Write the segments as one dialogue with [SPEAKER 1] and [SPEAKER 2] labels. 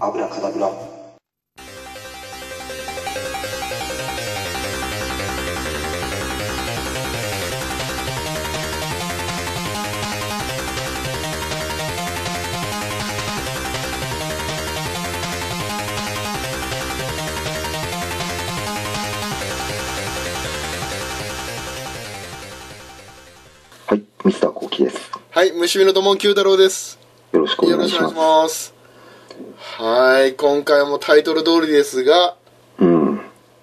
[SPEAKER 1] アブラカダブラはいミスターコウキです
[SPEAKER 2] はい、虫見の友九太郎です。
[SPEAKER 1] よろしくお
[SPEAKER 2] よ
[SPEAKER 1] 願
[SPEAKER 2] ろ
[SPEAKER 1] い
[SPEAKER 2] し
[SPEAKER 1] し
[SPEAKER 2] くお願
[SPEAKER 1] ま
[SPEAKER 2] い
[SPEAKER 1] す
[SPEAKER 2] します。はい、今回もタイトル通りですが、
[SPEAKER 1] うん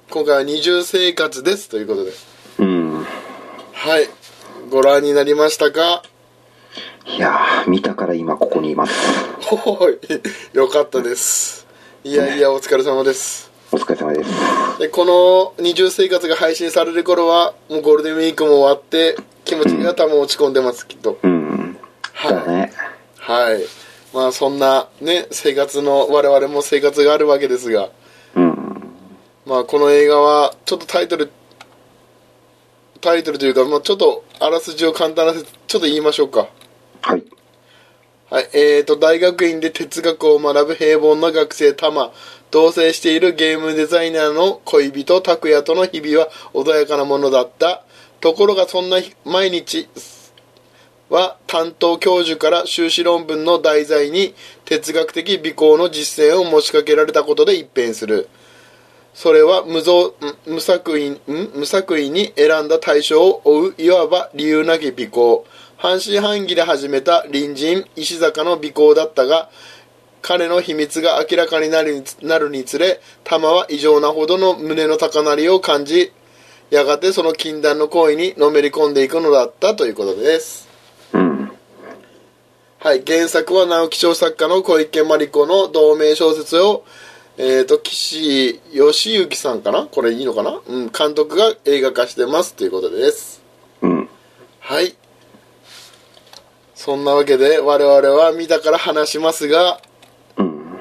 [SPEAKER 2] 今回は二重生活ですということで。
[SPEAKER 1] うん
[SPEAKER 2] はい、ご覧になりましたか
[SPEAKER 1] いやー見たから今ここにいます
[SPEAKER 2] ほほい、よかったです。いやいや、お疲れ様です。
[SPEAKER 1] お疲れ様です
[SPEAKER 2] で、この二重生活が配信される頃は、もうゴールデンウィークも終わって、気持ちが多分落ち込んでます、きっと。
[SPEAKER 1] うんだ
[SPEAKER 2] はい。
[SPEAKER 1] ね
[SPEAKER 2] はい。まあ、そんなね、生活の、我々も生活があるわけですが、
[SPEAKER 1] うん
[SPEAKER 2] まあこの映画はちょっとタイトルタイトルというか、まあ、ちょっとあらすじを簡単なせちょっと言いましょうか
[SPEAKER 1] はい
[SPEAKER 2] はいえー、と大学院で哲学を学ぶ平凡な学生タマ同棲しているゲームデザイナーの恋人拓也との日々は穏やかなものだったところがそんな日毎日は担当教授から修士論文の題材に哲学的美行の実践を持ちかけられたことで一変するそれは無造ん無作為ん無作為に選んだ対象を追ういわば理由なき美行半信半疑で始めた隣人石坂の美行だったが彼の秘密が明らかになるにつなるにつれ玉は異常なほどの胸の高鳴りを感じやがてその禁断の行為にのめり込んでいくのだったということです
[SPEAKER 1] うん
[SPEAKER 2] はい、原作は直木賞作家の小池真理子の同名小説を、えー、と岸義行さんかなこれいいのかな、うん、監督が映画化してますということです
[SPEAKER 1] うん
[SPEAKER 2] はいそんなわけで我々は見たから話しますが
[SPEAKER 1] うん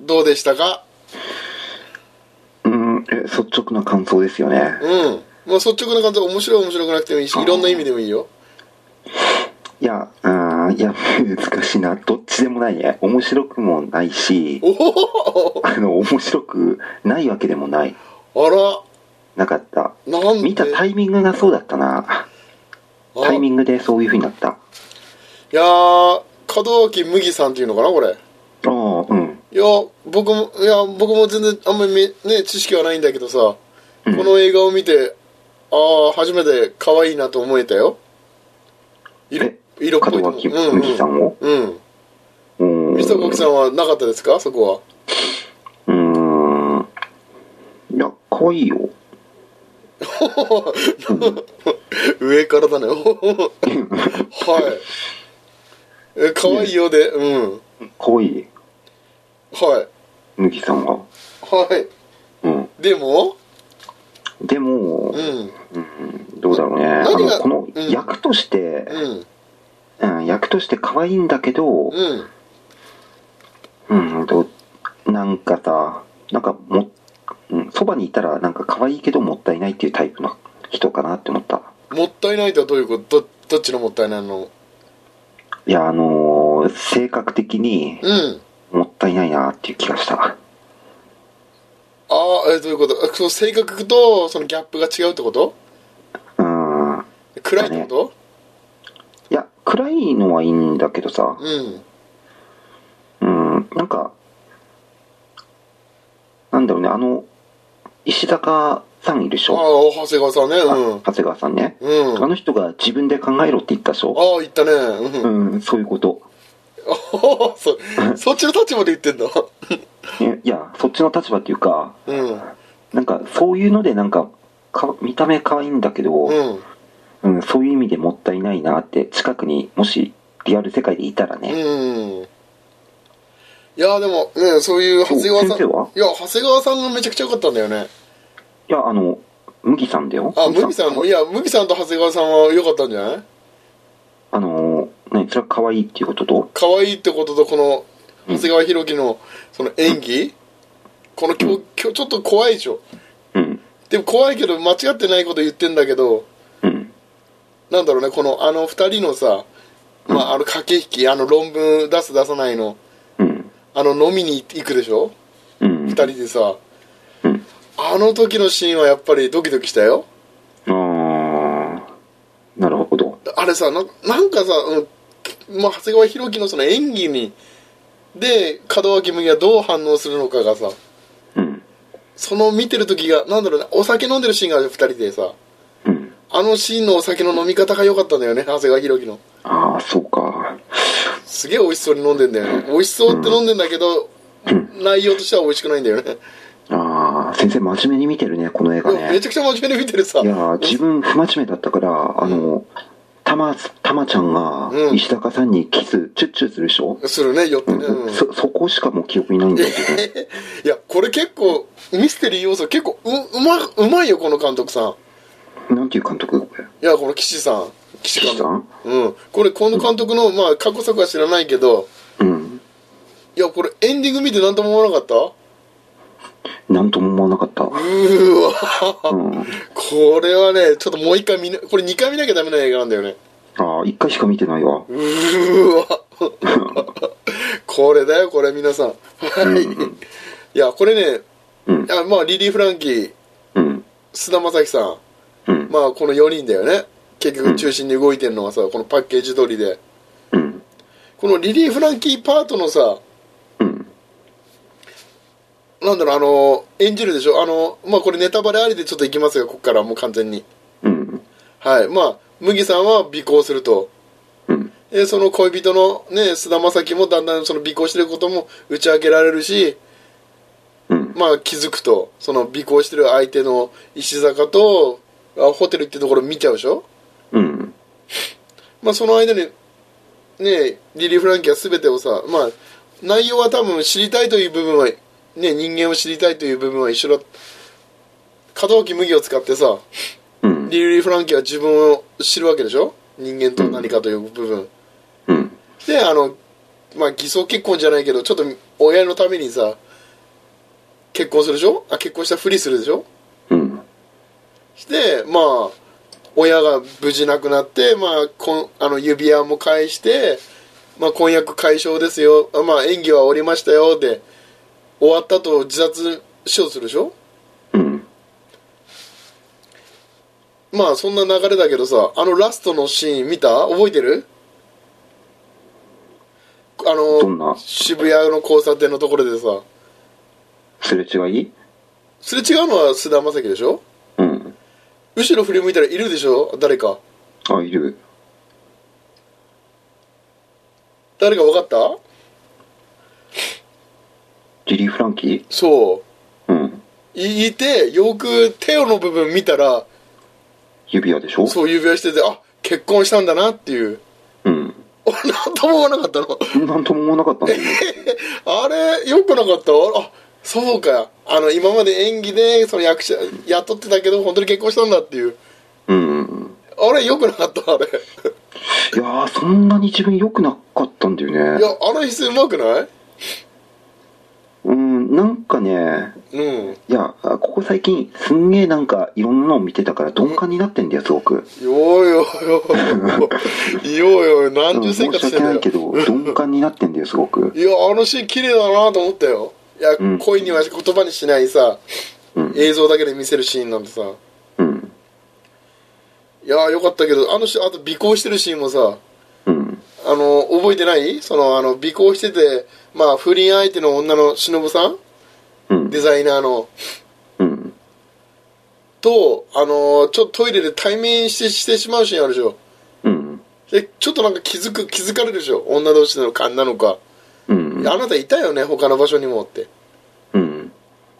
[SPEAKER 2] どうでしたか
[SPEAKER 1] うんえ率直な感想ですよね
[SPEAKER 2] うんもう率直な感想面白い面白くなくてもいいしいろんな意味でもいいよ
[SPEAKER 1] いやうんいや難しいなどっちでもないね面白くもないし
[SPEAKER 2] おお
[SPEAKER 1] あの面白くないわけでもない
[SPEAKER 2] あ
[SPEAKER 1] なかった
[SPEAKER 2] らなんで
[SPEAKER 1] 見たタイミングがそうだったなタイミ
[SPEAKER 2] ング
[SPEAKER 1] ングでそういう風になったあ
[SPEAKER 2] いやー門脇麦さんっていうのかなこれ
[SPEAKER 1] あうん
[SPEAKER 2] いや僕もいや僕も全然あんまりめね知識はないんだけどさ、
[SPEAKER 1] うん
[SPEAKER 2] この映画を見てああ初めて可愛いなと思えたよ色
[SPEAKER 1] え
[SPEAKER 2] 色っぽい
[SPEAKER 1] 門
[SPEAKER 2] と
[SPEAKER 1] 脇
[SPEAKER 2] 思う
[SPEAKER 1] 麦さんを
[SPEAKER 2] うんうん、
[SPEAKER 1] う
[SPEAKER 2] うん、
[SPEAKER 1] ん
[SPEAKER 2] 水戸さんはなかったですかそこ
[SPEAKER 1] うーんいや可愛い よ
[SPEAKER 2] は 上か らだねはいえ可愛いようでうん
[SPEAKER 1] 可愛い
[SPEAKER 2] はい
[SPEAKER 1] 麦さんは
[SPEAKER 2] は
[SPEAKER 1] うん
[SPEAKER 2] いでも
[SPEAKER 1] でも、
[SPEAKER 2] うん
[SPEAKER 1] うんどうだろうねあ
[SPEAKER 2] 何が
[SPEAKER 1] のこの
[SPEAKER 2] うん
[SPEAKER 1] 役として、
[SPEAKER 2] うん
[SPEAKER 1] うん、役として可愛いんだけど、
[SPEAKER 2] うん
[SPEAKER 1] うん、と、なんかさ、なんかも、うん、そばにいたらなんか可愛いけどもったいないっていうタイプの人かなって思った。
[SPEAKER 2] もったいないとはどういうことどどっちのもったいないの
[SPEAKER 1] いや、あのー性格的に
[SPEAKER 2] うん
[SPEAKER 1] もったいないなっていう気がした。
[SPEAKER 2] ああ、えーどういうことあその性格とそのギャップが違うってこと
[SPEAKER 1] うん。
[SPEAKER 2] 暗いってこ
[SPEAKER 1] いや、暗いのはいいんだけどさ
[SPEAKER 2] と、、うん。
[SPEAKER 1] うん、なんか、なんだろうね、あの、石坂さんいるでし
[SPEAKER 2] ああ
[SPEAKER 1] ょ、
[SPEAKER 2] 長谷川さんね。
[SPEAKER 1] あ長谷川さんね。
[SPEAKER 2] うん。うん。
[SPEAKER 1] あ
[SPEAKER 2] あ
[SPEAKER 1] の人が自分で考えろって言ったでしょ
[SPEAKER 2] あ、言ったね。うん。
[SPEAKER 1] うん、そういうこと。
[SPEAKER 2] ああ そそっちの立場で言ってんだ。
[SPEAKER 1] えいや、そっちの立場っていうか、
[SPEAKER 2] うん。
[SPEAKER 1] なんかそういうのでなんかか見た目可愛いんだけど、うん
[SPEAKER 2] うん。
[SPEAKER 1] そういう意味でもったいないなって近くにもしリアル世界でいたらね、
[SPEAKER 2] うん。いやでもね、そういう長谷川さん。
[SPEAKER 1] 先生はい
[SPEAKER 2] や、長谷川さんがめちゃくちゃ良かったんだよね。
[SPEAKER 1] いやあの麦さんだよ
[SPEAKER 2] あ、麦さんも。いや、麦さんと長谷川さんは良かったんじゃない
[SPEAKER 1] あのねそれは可愛いっていうことと
[SPEAKER 2] 可愛いってこととこの
[SPEAKER 1] うん
[SPEAKER 2] 長谷川博己のその演技、このきょきょちょっと怖いでしょ
[SPEAKER 1] うん
[SPEAKER 2] でも怖いけど間違ってないこと言ってんだけど
[SPEAKER 1] うん
[SPEAKER 2] なんだろうねこのあの二人のさ、まあ、あの駆け引きあの論文出す出さないの
[SPEAKER 1] うん
[SPEAKER 2] あの飲みに行くでしょ
[SPEAKER 1] うん
[SPEAKER 2] 2人でさ
[SPEAKER 1] うん
[SPEAKER 2] あの時のシーンはやっぱりドキドキしたよ
[SPEAKER 1] ああなるほど
[SPEAKER 2] あれさななんかさ、うんまあ、長谷川博己のその演技にで門脇麦がどう反応するのかがさ
[SPEAKER 1] うん
[SPEAKER 2] その見てる時がなんだろうねお酒飲んでるシーンがある2人でさ
[SPEAKER 1] うん
[SPEAKER 2] あのシーンのお酒の飲み方が良かったんだよね長谷川博己の
[SPEAKER 1] ああそうか
[SPEAKER 2] すげえ美味しそうに飲んでんだよね美味しそうって飲んでんだけど、内容としては美味しくないんだよね
[SPEAKER 1] ああ先生真面目に見てるねこの映画
[SPEAKER 2] でもめ
[SPEAKER 1] ね
[SPEAKER 2] ちゃくちゃ真面目に見てるさ
[SPEAKER 1] いやー自分不真面目だったからあのたまたまちゃんが
[SPEAKER 2] うん
[SPEAKER 1] 石坂さんにキスチュッチュするでしょ、
[SPEAKER 2] するね寄ってね、うん
[SPEAKER 1] そそこしかもう記憶にないんだけど
[SPEAKER 2] いやこれ結構ミステリー要素結構ううまうまいよこの監督さん
[SPEAKER 1] なんていう監督これ
[SPEAKER 2] いやこの岸さん岸監
[SPEAKER 1] 岸さ
[SPEAKER 2] 督
[SPEAKER 1] ん
[SPEAKER 2] うんこれこの監督のまあ過去作は知らないけど
[SPEAKER 1] うん
[SPEAKER 2] いやこれエンディング見て何とも思わなかった
[SPEAKER 1] なんとも思わなかった
[SPEAKER 2] うーわ
[SPEAKER 1] うん
[SPEAKER 2] これはねちょっともう一回見なこれ2回見なきゃダメな映画なんだよね
[SPEAKER 1] ああ一回しか見てないわ
[SPEAKER 2] うーわこれだよこれ皆さんはいいやこれね
[SPEAKER 1] うん
[SPEAKER 2] あまあリリー・フランキー
[SPEAKER 1] うん
[SPEAKER 2] 菅田将暉さん
[SPEAKER 1] うん
[SPEAKER 2] まあこの4人だよね結局中心に動いてるのはさこのパッケージ通りで
[SPEAKER 1] うん
[SPEAKER 2] このリリー・フランキーパートのさ
[SPEAKER 1] うん
[SPEAKER 2] なんだろうあの演じるでしょあのまあこれネタバレありでちょっといきますよここからはもう完全に
[SPEAKER 1] うん
[SPEAKER 2] はいまあ麦さんは尾行すると
[SPEAKER 1] うん
[SPEAKER 2] でその恋人のね菅田将暉もだんだんその尾行してることも打ち明けられるし
[SPEAKER 1] うん
[SPEAKER 2] まあ気づくとその尾行してる相手の石坂とあホテルってところ見ちゃうでしょ
[SPEAKER 1] うん
[SPEAKER 2] まあ、その間にねリリー・フランキーは全てをさ、まあ、内容は多分知りたいという部分は、ね、人間を知りたいという部分は一緒だ門脇麦を使ってさ
[SPEAKER 1] うん
[SPEAKER 2] リリー・フランキーは自分を知るわけでしょ人間とは何かという部分、
[SPEAKER 1] うん
[SPEAKER 2] であのまあ偽装結婚じゃないけどちょっと親のためにさ結婚するでしょあ結婚したふりするでしょ
[SPEAKER 1] うん
[SPEAKER 2] してまあ親が無事亡くなって、まあ、こんあの指輪も返して、まあ、婚約解消ですよ、あまあ、演技は終わりましたよで終わったと自殺しようとするでしょ
[SPEAKER 1] うん
[SPEAKER 2] まあそんな流れだけどさあのラストのシーン見た覚えてるあ
[SPEAKER 1] どんな
[SPEAKER 2] の渋谷の交差点のところでさ
[SPEAKER 1] すれ違い
[SPEAKER 2] すれ違うのは菅田将暉でしょ
[SPEAKER 1] うん
[SPEAKER 2] 後ろ振り向いたらいるでしょ誰か
[SPEAKER 1] あいる
[SPEAKER 2] 誰か分かった
[SPEAKER 1] リリー・フランキー
[SPEAKER 2] そう
[SPEAKER 1] うん
[SPEAKER 2] いいてよく手の部分見たら
[SPEAKER 1] 指輪でしょ
[SPEAKER 2] そう指輪しててあ結婚したんだなっていう
[SPEAKER 1] うん
[SPEAKER 2] 俺何とも思わなかったの
[SPEAKER 1] なんとも思わなかったんだけ
[SPEAKER 2] あれよくなかったあそうかあの今まで演技でその役者雇ってたけど本当に結婚したんだっていう
[SPEAKER 1] どうん
[SPEAKER 2] あれよくなかったあれい
[SPEAKER 1] いやーそんなに自分良くなかったんだよね
[SPEAKER 2] やあの姿勢うまくない
[SPEAKER 1] うんなんかね
[SPEAKER 2] うん
[SPEAKER 1] いやここ最近すんげえなんかいろんなのを見てたから鈍感になってんだよすごく
[SPEAKER 2] よーよーよーよーよー
[SPEAKER 1] う
[SPEAKER 2] 何
[SPEAKER 1] ん
[SPEAKER 2] 十生
[SPEAKER 1] 申
[SPEAKER 2] 活
[SPEAKER 1] し
[SPEAKER 2] し
[SPEAKER 1] 訳
[SPEAKER 2] てんだ
[SPEAKER 1] な
[SPEAKER 2] よ
[SPEAKER 1] いけど鈍感になってんだよすごく
[SPEAKER 2] いやあのシーン綺麗だなと思ったよいや、
[SPEAKER 1] うん
[SPEAKER 2] 恋には言葉にしないさ、
[SPEAKER 1] うん
[SPEAKER 2] 映像だけで見せるシーンなんてさい
[SPEAKER 1] うん
[SPEAKER 2] やよかったけどあのしあと尾行してるシーンもさ
[SPEAKER 1] うん
[SPEAKER 2] あの覚えてないそのあの尾行しててまあ不倫相手の女の忍さん
[SPEAKER 1] うん
[SPEAKER 2] デザイナーの
[SPEAKER 1] うん
[SPEAKER 2] とあのちょっとトイレで対面してしてしまうシーンあるでしょ
[SPEAKER 1] うん
[SPEAKER 2] でちょっとなんか気づく気づかれるでしょ女同士の勘なのか、
[SPEAKER 1] うん
[SPEAKER 2] いやあなたいたよね他の場所にもって
[SPEAKER 1] うん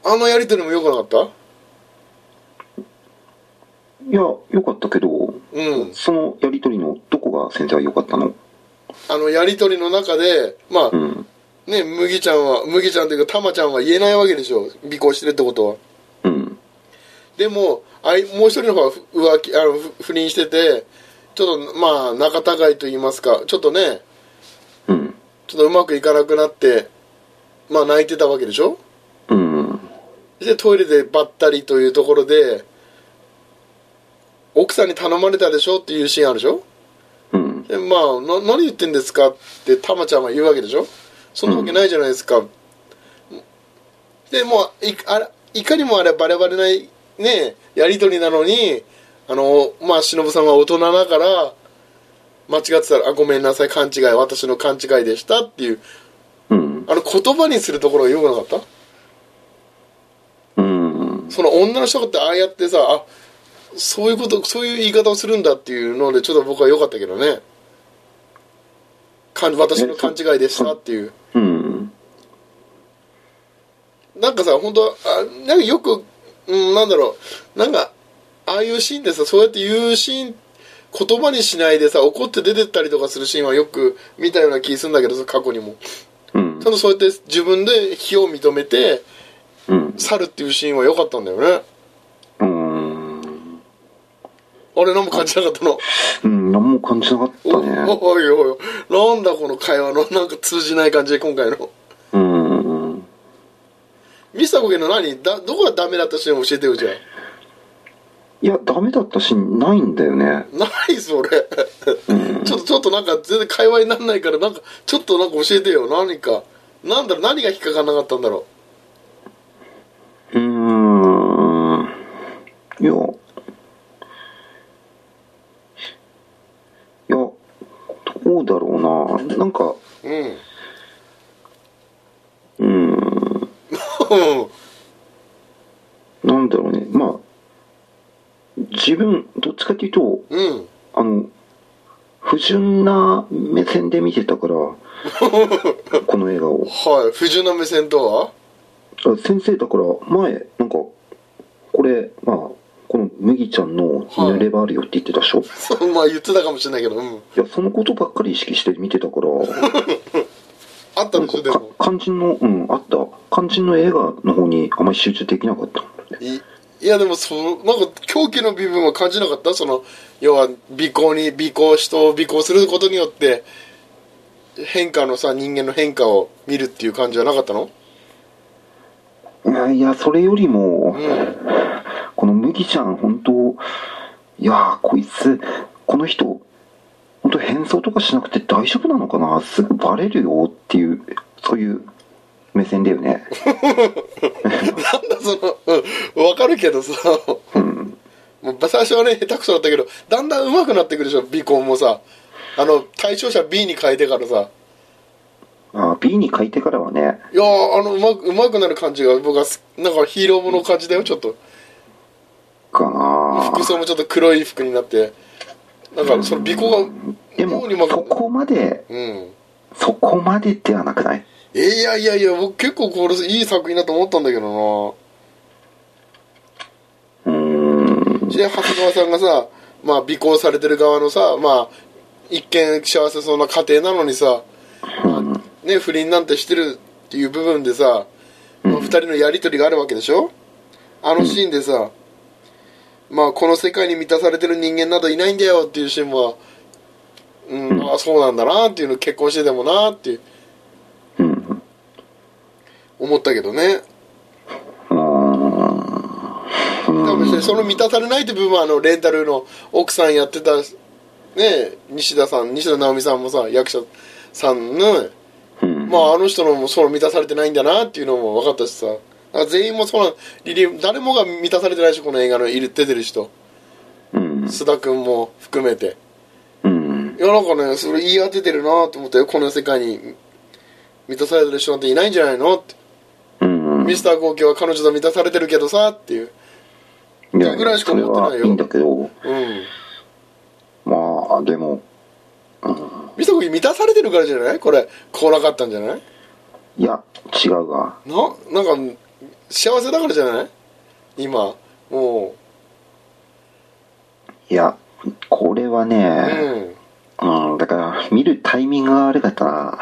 [SPEAKER 2] あのやりとりもよくなかった
[SPEAKER 1] いや良かったけど
[SPEAKER 2] うん
[SPEAKER 1] そのやりとりのどこが先生は良かったの
[SPEAKER 2] あのやり取りの中でまあ、
[SPEAKER 1] うん
[SPEAKER 2] ね麦ちゃんは麦ちゃんというかたまちゃんは言えないわけでしょ尾行してるってことは
[SPEAKER 1] うん
[SPEAKER 2] でもあいもう一人の方はふ浮気あのふ不倫しててちょっとまあ仲違いと言いますかちょっとね
[SPEAKER 1] うん
[SPEAKER 2] ちょっとうまくいかなくなってまあ泣いてたわけでしょ
[SPEAKER 1] うん
[SPEAKER 2] でトイレでばったりというところで奥さんに頼まれたでしょっていうシーンあるでしょ
[SPEAKER 1] うん
[SPEAKER 2] でまあな何言ってんですかってたまちゃんは言うわけでしょそんなわけないじゃないですか、でもういあらいかにもあれバレバレないねやり取りなのにあのまあ忍さんは大人だから間違ってたら「あごめんなさい勘違い私の勘違いでした」っていう
[SPEAKER 1] うん
[SPEAKER 2] あの言葉にするところがよくなかっ
[SPEAKER 1] う
[SPEAKER 2] た
[SPEAKER 1] ん
[SPEAKER 2] その女の人ってああやってさあそういうことそういう言い方をするんだっていうのでちょっと僕は良かったけどねかん私の勘違いでしたっていう
[SPEAKER 1] うん
[SPEAKER 2] なんかさ本当あなんかよく、うん、なんだろうなんかああいうシーンでさそうやって言うシーン言葉にしないでさ怒って出てったりとかするシーンはよく見たような気するんだけどさ過去にも
[SPEAKER 1] うん
[SPEAKER 2] ちゃんとそうやって自分で非を認めて
[SPEAKER 1] うん
[SPEAKER 2] 去るっていうシーンは良かったんだよね
[SPEAKER 1] うん
[SPEAKER 2] あれ何も感じなかったの
[SPEAKER 1] うん何も感じなかったね
[SPEAKER 2] おおいおいおいなんだこの会話のなんか通じない感じ今回の
[SPEAKER 1] うん
[SPEAKER 2] ミスターコケの何だどこがダメだったシーン教えてよじゃ
[SPEAKER 1] いやダメだったしないんだよね
[SPEAKER 2] あ何それ
[SPEAKER 1] うん
[SPEAKER 2] ちょっとちょっとなんか全然会話にならないからなんかちょっとなんか教えてよ何かなんだろう何が引っかからなかったんだろ
[SPEAKER 1] うーんいやいやどうだろうななんか
[SPEAKER 2] ううん
[SPEAKER 1] うーんなんだろうねまあ自分どっちかっていうと
[SPEAKER 2] うん
[SPEAKER 1] あの不純な目線で見てたから この映画を
[SPEAKER 2] はい不純な目線とは
[SPEAKER 1] あ先生だから前なんかこれまあこの麦ちゃんの「濡れ場あるよ」って言ってたでしょ、
[SPEAKER 2] そうまあ言ってたかもしれないけどうん
[SPEAKER 1] いやそのことばっかり意識して見てたから
[SPEAKER 2] あった
[SPEAKER 1] なん
[SPEAKER 2] で
[SPEAKER 1] か
[SPEAKER 2] しょで
[SPEAKER 1] か
[SPEAKER 2] も
[SPEAKER 1] 肝心のうんあった肝心の映画の方にあまり集中できなかった
[SPEAKER 2] いいやでもそのなんか狂気の部分は感じなかったその要は尾行に尾行人を尾行することによって変化のさ人間の変化を見るっていう感じはなかったの
[SPEAKER 1] いやいやそれよりも
[SPEAKER 2] うん
[SPEAKER 1] この麦ちゃん本当いやーこいつこの人本当変装とかしなくて大丈夫なのかなすぐバレるよっていうそういう目線だよね
[SPEAKER 2] なんだそのうんわかるけどさ
[SPEAKER 1] うん
[SPEAKER 2] もう最初はね下手くそだったけどだんだん上手くなってくるでしょ尾行もさあの対象者 B に変えてからさ
[SPEAKER 1] あー B に書いてからはね
[SPEAKER 2] いやーあのうまくうまくなる感じが僕はすなんかヒーローもの感じだよちょっと
[SPEAKER 1] かな
[SPEAKER 2] 服装もちょっと黒い服になってなんかその尾行が
[SPEAKER 1] で
[SPEAKER 2] 妙
[SPEAKER 1] も
[SPEAKER 2] にうまく
[SPEAKER 1] そこまで
[SPEAKER 2] うん
[SPEAKER 1] そこまでではなくない
[SPEAKER 2] いやいやいや僕結構これいい作品だと思ったんだけど
[SPEAKER 1] うーん
[SPEAKER 2] なで長谷川さんがさまあ尾行されてる側のさまあ一見幸せそうな家庭なのにさ、まあね不倫なんてしてるっていう部分でさ、まあ、2人のやり取りがあるわけでしょあのシーンでさ、まあこの世界に満たされてる人間などいないんだよっていうシーンはうん、あそうなんだなっていうの結婚してでもなって
[SPEAKER 1] うん
[SPEAKER 2] 思ったけどね
[SPEAKER 1] うーん
[SPEAKER 2] 多分ねその満たされないって部分はあのレンタルの奥さんやってたね西田さん西田直美さんもさ役者さんの、
[SPEAKER 1] うん
[SPEAKER 2] まああの人のもその満たされてないんだなっていうのも分かったしさだから全員もそうなんリリー誰もが満たされてないでしょこの映画のいる出てる人
[SPEAKER 1] うん
[SPEAKER 2] 須田君も含めて
[SPEAKER 1] うん
[SPEAKER 2] いやなんかねそれ言い当ててるなと思ったよこの世界に満たされてる人なんていないんじゃないのって、
[SPEAKER 1] うん
[SPEAKER 2] ミスター号泣は彼女と満たされてるけどさっていう
[SPEAKER 1] い
[SPEAKER 2] っていうぐらいしか
[SPEAKER 1] それ
[SPEAKER 2] 思ってないよ
[SPEAKER 1] はいいんだけど
[SPEAKER 2] うん
[SPEAKER 1] まあでも
[SPEAKER 2] ミスター号泣満たされてるからじゃないこれ来なかったんじゃない
[SPEAKER 1] いや違うわ
[SPEAKER 2] ななんか幸せだからじゃない今も
[SPEAKER 1] いやこれは
[SPEAKER 2] うう
[SPEAKER 1] ね、
[SPEAKER 2] ん
[SPEAKER 1] うんだから見るタイミングが悪かった な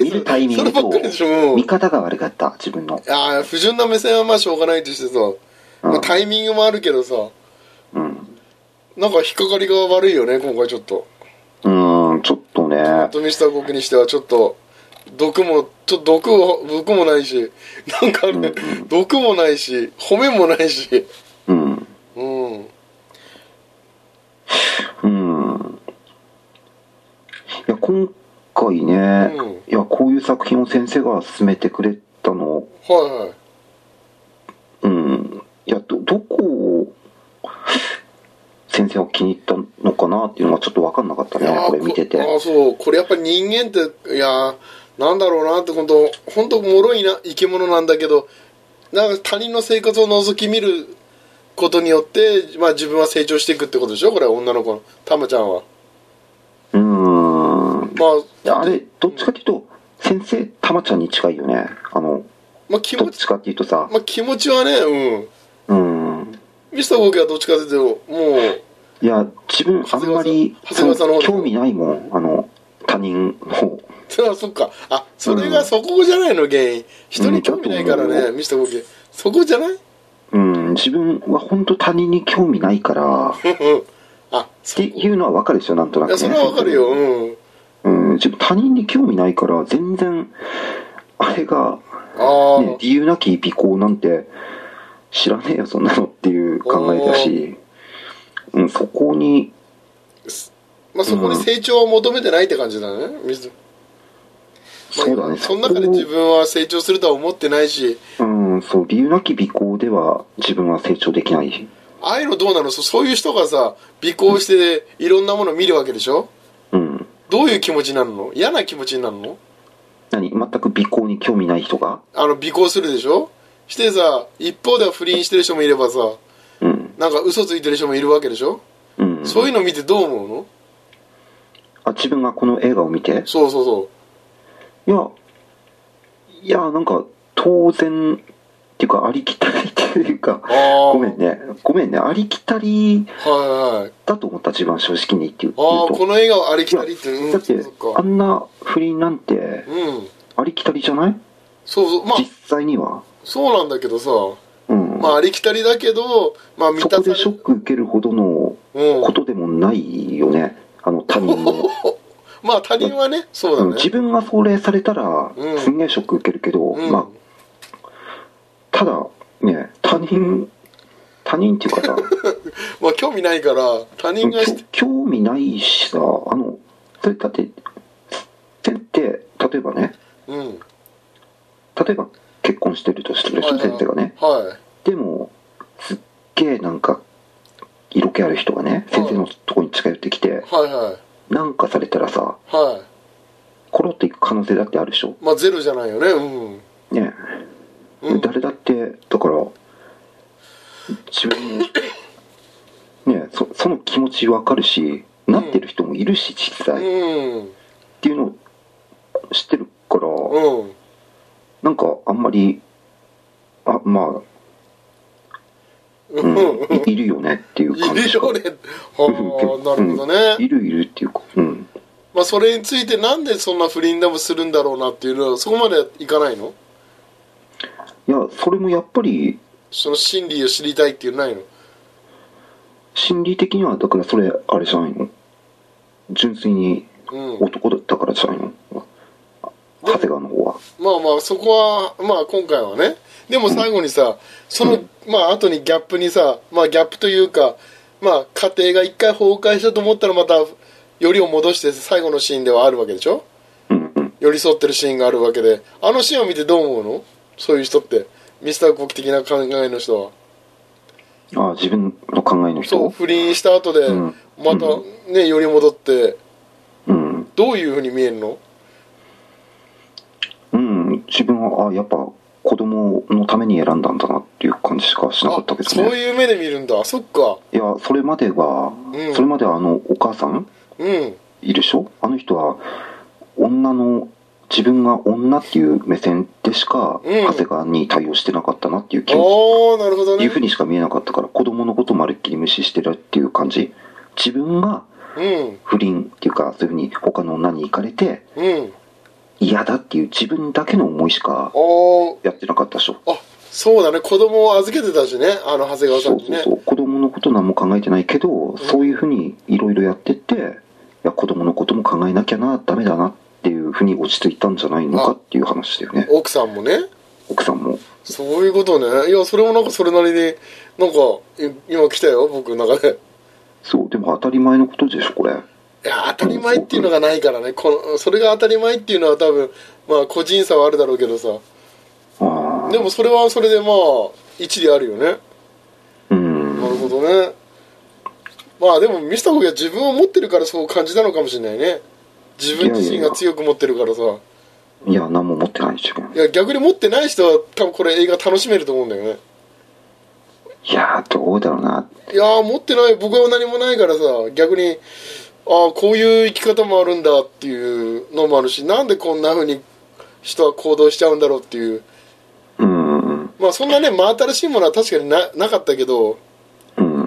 [SPEAKER 1] 見るタイミング
[SPEAKER 2] そればっかりでしょも
[SPEAKER 1] と
[SPEAKER 2] う
[SPEAKER 1] 見方が悪かった自分の
[SPEAKER 2] ああ不純な目線はまあしょうがないとしてさ、まあ、タイミングもあるけどさ
[SPEAKER 1] うん
[SPEAKER 2] なんか引っかかりが悪いよね今回ちょっと
[SPEAKER 1] うんちょっとね
[SPEAKER 2] とミスター国にしてはちょっと毒もちょっと毒を毒もないしなんかね、毒もないし褒めもないし
[SPEAKER 1] うん
[SPEAKER 2] うん
[SPEAKER 1] うんいや今回かいね、
[SPEAKER 2] うん
[SPEAKER 1] いやこういう作品を先生が勧めてくれたの
[SPEAKER 2] はいはい
[SPEAKER 1] うんいやどどこを先生は気に入ったのかなっていうのがちょっと分かんなかった
[SPEAKER 2] い
[SPEAKER 1] ね
[SPEAKER 2] やー
[SPEAKER 1] これ見てて
[SPEAKER 2] こあーそうこれやっぱ人間っていやーなんだろうなって本当本当脆いな生き物なんだけどなんか他人の生活を覗き見ることによって、まあ、自分は成長していくってことでしょこれは女の子のたまちゃんは
[SPEAKER 1] うーん
[SPEAKER 2] まあ
[SPEAKER 1] あれどっちかっていうと先生たまちゃんに近いよねあの
[SPEAKER 2] まあ気
[SPEAKER 1] どっ
[SPEAKER 2] 持ち、
[SPEAKER 1] ちかっていうとさ
[SPEAKER 2] まあ、気持ちはねうん
[SPEAKER 1] うん
[SPEAKER 2] ミスターゴーキはどっちかというともう
[SPEAKER 1] いや自分あんまり
[SPEAKER 2] 長谷川さん長谷川さんの方で
[SPEAKER 1] 興味ないもんあの他人の方
[SPEAKER 2] そあそっかあそれがそこじゃないの原因人に興味ないか
[SPEAKER 1] だ
[SPEAKER 2] ら
[SPEAKER 1] と
[SPEAKER 2] ね、
[SPEAKER 1] 思
[SPEAKER 2] ミスターゴーキそこじゃない
[SPEAKER 1] うん自分は本当他人に興味ないからっ
[SPEAKER 2] あそ
[SPEAKER 1] ていうのは分かるでしょなんとないく、ね、
[SPEAKER 2] やそれはわかるようん
[SPEAKER 1] うん自分他人に興味ないから全然あれが、
[SPEAKER 2] ああ、
[SPEAKER 1] ね、理由なき尾行なんて知らねえよそんなのっていう考えだし、うん、そこに
[SPEAKER 2] まあ、そこに成長を求めてないって感じだね、水
[SPEAKER 1] そうだね
[SPEAKER 2] その中で
[SPEAKER 1] こ
[SPEAKER 2] 自分は成長するとは思ってないし
[SPEAKER 1] うんそう理由なき尾行では自分は成長できない
[SPEAKER 2] ああいうのどうなのそそういう人がさ尾行していろんなものを見るわけでしょ
[SPEAKER 1] うん
[SPEAKER 2] どういう気持ちになるの嫌な気持ちになるの
[SPEAKER 1] 何全く尾行に興味ない人が
[SPEAKER 2] あの尾行するでしょしてさ一方では不倫してる人もいればさ
[SPEAKER 1] うん
[SPEAKER 2] なんか嘘ついてる人もいるわけでしょ、
[SPEAKER 1] うん
[SPEAKER 2] そういうの見てどう思うの
[SPEAKER 1] あ自分がこの映画を見て
[SPEAKER 2] そうそうそ
[SPEAKER 1] いやいやなんか当然っていうかありきたりっていうか
[SPEAKER 2] うああ
[SPEAKER 1] ごめんねごめんねありきたり
[SPEAKER 2] はいはい
[SPEAKER 1] だと思った自分は正直に言って言う
[SPEAKER 2] ああ
[SPEAKER 1] 言うと
[SPEAKER 2] この映画はありきたりってうん
[SPEAKER 1] だって
[SPEAKER 2] そっ
[SPEAKER 1] あ
[SPEAKER 2] か
[SPEAKER 1] んな不倫なんて
[SPEAKER 2] うん
[SPEAKER 1] ありきたりじゃない
[SPEAKER 2] そうそうまあ
[SPEAKER 1] 実際には
[SPEAKER 2] そうなんだけどさ
[SPEAKER 1] うん、
[SPEAKER 2] まあありきたりだけど、まあ満
[SPEAKER 1] そ
[SPEAKER 2] た
[SPEAKER 1] こ
[SPEAKER 2] さ
[SPEAKER 1] で
[SPEAKER 2] れ
[SPEAKER 1] ショック受けるほどの
[SPEAKER 2] うん
[SPEAKER 1] こ。とでもないよねあの他 人の、
[SPEAKER 2] まあ他人はね、そうだ
[SPEAKER 1] うん
[SPEAKER 2] ね。
[SPEAKER 1] 自分がそれされたら
[SPEAKER 2] うん
[SPEAKER 1] すんげえショック受けるけど、
[SPEAKER 2] うん、
[SPEAKER 1] まあただね他人他人っていうかさ
[SPEAKER 2] まあ興味ないから、他 人がし
[SPEAKER 1] きょ興味ないしさあのそれだって先生例えばね
[SPEAKER 2] うん。
[SPEAKER 1] 例えば結婚してるとしてるでしょ
[SPEAKER 2] はいはい
[SPEAKER 1] 先生がね
[SPEAKER 2] は
[SPEAKER 1] でもすっげえなんか色気ある人がね先生のとこに近寄ってきて
[SPEAKER 2] い。はいはい。
[SPEAKER 1] なんかされたらさ
[SPEAKER 2] は
[SPEAKER 1] コロっていく可能性だってあるでしょ
[SPEAKER 2] い。まあゼロじゃないよね。うん。
[SPEAKER 1] ねえ、
[SPEAKER 2] うん、
[SPEAKER 1] 誰だってだから自分のねえそその気持ちわかるしなってる人もいるし実際、
[SPEAKER 2] うん。
[SPEAKER 1] っていうのを知ってるから、
[SPEAKER 2] うん。
[SPEAKER 1] なんかあんまりあまあ、うん
[SPEAKER 2] うん。
[SPEAKER 1] いいるよねっていう
[SPEAKER 2] い
[SPEAKER 1] 感
[SPEAKER 2] る
[SPEAKER 1] じ
[SPEAKER 2] よね。はあ、なるほど
[SPEAKER 1] うん
[SPEAKER 2] ね。
[SPEAKER 1] いるいるっていうかうん
[SPEAKER 2] まあそれについてなんでそんな不倫でもするんだろうなっていうのは、そこまでいかないの
[SPEAKER 1] いやそれもやっぱり
[SPEAKER 2] その心理を知りたいっていうのないの
[SPEAKER 1] 心理的にはだからそれあれじゃないの純粋に
[SPEAKER 2] うん。
[SPEAKER 1] 男だったからじゃないの長谷川の方は
[SPEAKER 2] まあまあそこはまあ今回はねでも最後にさそのまあ後にギャップにさまあギャップというかまあ家庭が一回崩壊したと思ったらまたよりを戻して最後のシーンではあるわけでしょ
[SPEAKER 1] うんうん
[SPEAKER 2] 寄り添ってるシーンがあるわけであのシーンを見てどう思うのそういう人ってミスター国的な考えの人は
[SPEAKER 1] ああ自分の考えの
[SPEAKER 2] そ
[SPEAKER 1] 人
[SPEAKER 2] う不倫した後で
[SPEAKER 1] うん
[SPEAKER 2] またねより戻って
[SPEAKER 1] うん、
[SPEAKER 2] どういうふうに見えるの
[SPEAKER 1] うん、自分はああやっぱ子供のために選んだんだなっていう感じしかしなか
[SPEAKER 2] あ
[SPEAKER 1] ったけど
[SPEAKER 2] そ
[SPEAKER 1] ね
[SPEAKER 2] ういう目で見るんだそっか
[SPEAKER 1] いやそれまでは、
[SPEAKER 2] うん
[SPEAKER 1] それまではあのお母さん
[SPEAKER 2] うん
[SPEAKER 1] いるでしょあの人は女の自分が女っていう目線でしか
[SPEAKER 2] うん
[SPEAKER 1] 長谷川に対応してなかったなっていう気持ち
[SPEAKER 2] おおなるほどね
[SPEAKER 1] いうふうにしか見えなかったから子供のことまるっきり無視してるっていう感じ自分が
[SPEAKER 2] うん
[SPEAKER 1] 不倫っていうかそういうふうに他の女に行かれて
[SPEAKER 2] うん
[SPEAKER 1] 嫌だっていう自分だけの思いしか
[SPEAKER 2] おー
[SPEAKER 1] やってなかったでしょ
[SPEAKER 2] あそうだね子供を預けてたしねあの長谷
[SPEAKER 1] そ
[SPEAKER 2] 川
[SPEAKER 1] う
[SPEAKER 2] さん
[SPEAKER 1] そう
[SPEAKER 2] にね
[SPEAKER 1] そう子供のこと何も考えてないけどそういうふうにいろいろやってっていや子供のことも考えなきゃなダメだなっていうふうに落ち着いたんじゃないのかっていう話だよね
[SPEAKER 2] 奥さんもね
[SPEAKER 1] 奥さんも
[SPEAKER 2] そういうことねいやそれもなんかそれなりになんかい今来たよ僕の中で
[SPEAKER 1] そうでも当たり前のことでしょこれ
[SPEAKER 2] いや当たり前っていうのがないからねこのそれが当たり前っていうのは多分まあ個人差はあるだろうけどさ
[SPEAKER 1] あ
[SPEAKER 2] でもそれはそれでまあ一理あるよね
[SPEAKER 1] あう
[SPEAKER 2] なる
[SPEAKER 1] ん
[SPEAKER 2] ほどねまあでもミスターコキは自分を持ってるからそう感じたのかもしれないね自分自身が強く持ってるからさい
[SPEAKER 1] いや何も持ってないでしょ
[SPEAKER 2] や逆に持ってない人は多分これ映画楽しめると思うんだよね
[SPEAKER 1] いやーどうだろうない
[SPEAKER 2] やー持ってない僕は何もないからさ逆にああこういう生き方もあるんだっていうのもあるしなんでこんな風に人は行動しちゃうんだろうっていう
[SPEAKER 1] うんうん
[SPEAKER 2] まあそんなね真新しいものは確かにななかったけど
[SPEAKER 1] うん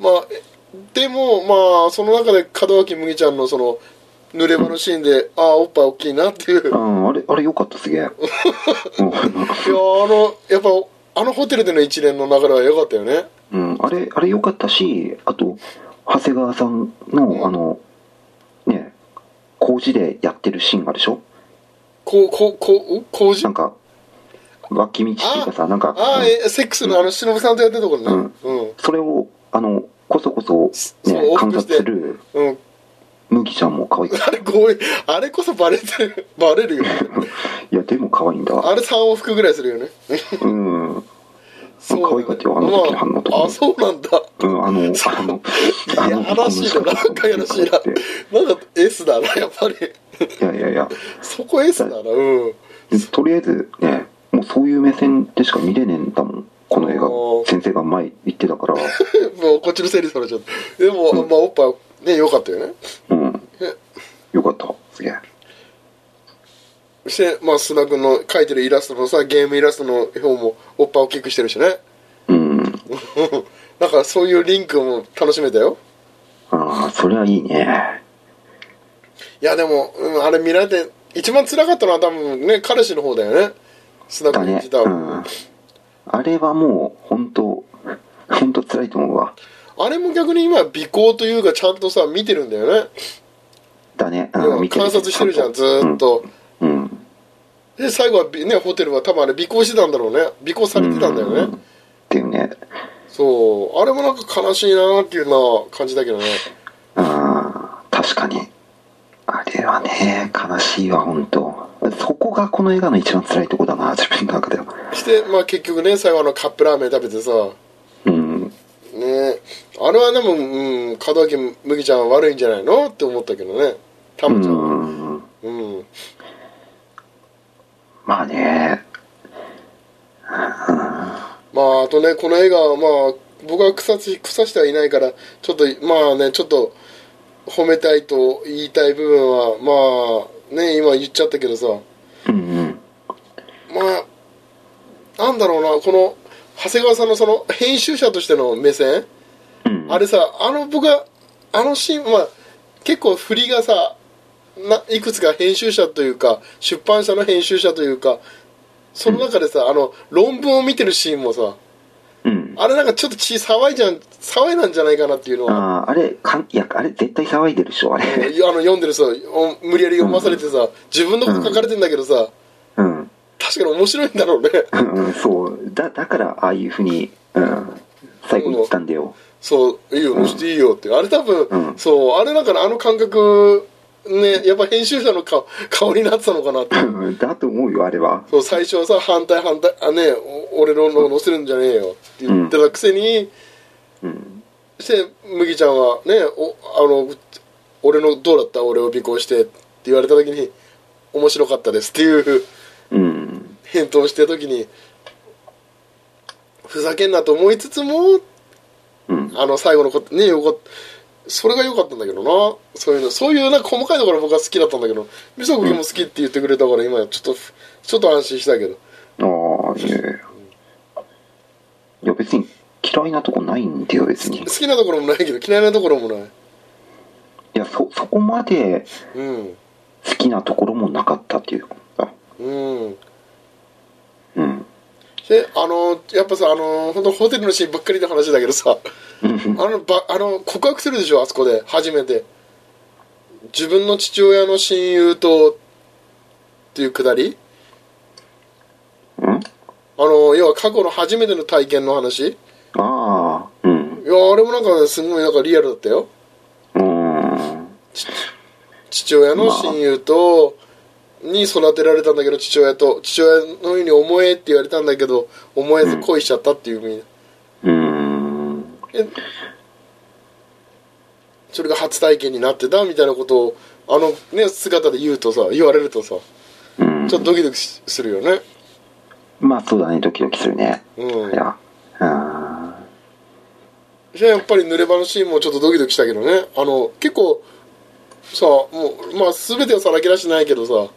[SPEAKER 2] まあえでもまあその中で門脇麦ちゃんのその濡れ場のシーンでああおっぱい大きいなっていういや
[SPEAKER 1] ああれあれよかったす げえ
[SPEAKER 2] ーあのやっぱあのホテルでの一連の流れは良かったよね
[SPEAKER 1] うん、うんあれあれよかったしあと長谷川さんのあのね工事でやってるシーンあるでしょ
[SPEAKER 2] こうこうこうお工事
[SPEAKER 1] なんか脇道っていうかさなんか
[SPEAKER 2] ああ
[SPEAKER 1] うん
[SPEAKER 2] えセックスのあの忍さんとやってるところねうん
[SPEAKER 1] それをあのこそこそ
[SPEAKER 2] そう
[SPEAKER 1] ね
[SPEAKER 2] 往
[SPEAKER 1] 観察
[SPEAKER 2] 復して
[SPEAKER 1] する
[SPEAKER 2] うん、
[SPEAKER 1] 麦ちゃんも可愛い
[SPEAKER 2] あれこうあれこそバレてる バレるよね
[SPEAKER 1] いやでも可愛いんだわ
[SPEAKER 2] あれ3往復ぐらいするよね
[SPEAKER 1] うん
[SPEAKER 2] そうだね
[SPEAKER 1] 可愛かったよあの時の反応とか
[SPEAKER 2] まああそうなんだ
[SPEAKER 1] うん、あの、あの、あの
[SPEAKER 2] やらしいななんかやらしいななんか S だなやっぱり
[SPEAKER 1] いやいやいや、
[SPEAKER 2] そこ S だなうん
[SPEAKER 1] とりあえずね、もうそういう目線でしか見れねえんだもん、この映
[SPEAKER 2] あー
[SPEAKER 1] 画。先生が前言ってたから、
[SPEAKER 2] もうこっちの整理されちゃったでも、まあおっぱいね良かったよね
[SPEAKER 1] うん
[SPEAKER 2] え。
[SPEAKER 1] よかった、すげえ。
[SPEAKER 2] そしてまあ須田君の描いてるイラストのさゲームイラストの表もおっぱい大きくしてるしね
[SPEAKER 1] うん。
[SPEAKER 2] だからそういうリンクも楽しめたよ
[SPEAKER 1] ああ、それはいいね。
[SPEAKER 2] いやでも、うん、あれ見られて一番辛かったのは多分ね彼氏の方だよね須田
[SPEAKER 1] だ
[SPEAKER 2] 君
[SPEAKER 1] ね
[SPEAKER 2] 自。体は、
[SPEAKER 1] うん。あれはもう、本当本当辛いと思うわ。
[SPEAKER 2] あれも逆に今尾行というかちゃんとさ見てるんだよね、
[SPEAKER 1] だね。
[SPEAKER 2] 要
[SPEAKER 1] う
[SPEAKER 2] は
[SPEAKER 1] ん、見て
[SPEAKER 2] 観察してるじゃんず
[SPEAKER 1] ちと
[SPEAKER 2] ーっと、
[SPEAKER 1] うん。うん
[SPEAKER 2] で最後はびねホテルは多分あれ尾行してたんだろうね尾行されてたんだよね、
[SPEAKER 1] うっていうね。
[SPEAKER 2] そうあれもなんか悲しいなーっていうのは感じだけどね
[SPEAKER 1] あー確かにあれはね悲しいわ本当そこがこの映画の一番辛いとこだな自分の中では
[SPEAKER 2] してまあ結局ね最後あのカップラーメン食べてさ
[SPEAKER 1] うん
[SPEAKER 2] ねあれはでも、うん、門脇麦ちゃんは悪いんじゃないのって思ったけどねタ
[SPEAKER 1] う
[SPEAKER 2] ムちゃんは
[SPEAKER 1] ん
[SPEAKER 2] うん
[SPEAKER 1] まあね
[SPEAKER 2] まああとねこの映画はまあ僕は草し草してはいないからちょっとまあねちょっと褒めたいと言いたい部分はまあね今言っちゃったけどさ
[SPEAKER 1] うんうん
[SPEAKER 2] まあなんだろうなこの長谷川さんのその編集者としての目線
[SPEAKER 1] うん
[SPEAKER 2] あれさあの僕はあのシーンまあ結構振りがさないくつか編集者というか出版社の編集者というかその中でさ、あの論文を見てるシーンもさ
[SPEAKER 1] うん
[SPEAKER 2] あれなんかちょっと血騒いじゃん騒いなんじゃないかなっていうのは
[SPEAKER 1] あーあれかんいやあれ絶対騒いでるでしょあ
[SPEAKER 2] あの
[SPEAKER 1] れ
[SPEAKER 2] 読んでるさお無理やり読まされてさ自分のこと書かれてんだけどさ
[SPEAKER 1] うん、
[SPEAKER 2] 確かに面白いんだろうね
[SPEAKER 1] うんうん、そうだだからああいうふうに、うん、最後言ったんだよ
[SPEAKER 2] そういいよ押していいよってあれ多分、
[SPEAKER 1] うん
[SPEAKER 2] そうあれだからあの感覚ねやっぱ編集者の顔顔になってたのかなって
[SPEAKER 1] うんだと思うよあれは
[SPEAKER 2] そう最初はさ反対反対あねお俺のの載せるんじゃねえよって言ってたくせに、
[SPEAKER 1] うん
[SPEAKER 2] して麦ちゃんはねおあの俺のどうだった俺を尾行してって言われた時に面白かったですっていう
[SPEAKER 1] うん
[SPEAKER 2] 返答してる時にふざけんなと思いつつも
[SPEAKER 1] うん
[SPEAKER 2] あの最後のことねよかったそれが良かったんだけどなそういうのそういうなんか細かいところ僕は好きだったんだけど美佐子君も好きって言ってくれたから今ちょっとちょっと安心したけど
[SPEAKER 1] ああ、いやいやいや別に嫌いなとこないんだよ別にい
[SPEAKER 2] 好きなところもないけど嫌いなところもない
[SPEAKER 1] やそそこまで
[SPEAKER 2] うん
[SPEAKER 1] 好きなところもなかったっていうか
[SPEAKER 2] うん
[SPEAKER 1] うん
[SPEAKER 2] であのやっぱさあの本当ホテルのシーンばっかりの話だけどさ
[SPEAKER 1] うん
[SPEAKER 2] あのばあの告白するでしょあそこで初めて自分の父親の親友とっていうくだり
[SPEAKER 1] うん
[SPEAKER 2] あの要は過去の初めての体験の話い
[SPEAKER 1] ああうん
[SPEAKER 2] やあれもなんかすごいなんかリアルだったよ
[SPEAKER 1] うーん
[SPEAKER 2] ち父親の親友と、に育てられたんだけど父親と父親のように思えって言われたんだけど思えず恋しちゃったっていう意味、
[SPEAKER 1] うーん
[SPEAKER 2] えそれが初体験になってたみたいなことをあのね姿で言うとさ言われるとさち
[SPEAKER 1] う
[SPEAKER 2] ょ
[SPEAKER 1] ん
[SPEAKER 2] っとドキドキしするよね
[SPEAKER 1] まあそうだねドキドキするね
[SPEAKER 2] うん
[SPEAKER 1] いやうーん
[SPEAKER 2] じゃあやっぱり濡れ場のシーンもちょっとドキドキしたけどねあの結構さもうまあ全てをさらけ出してないけどさ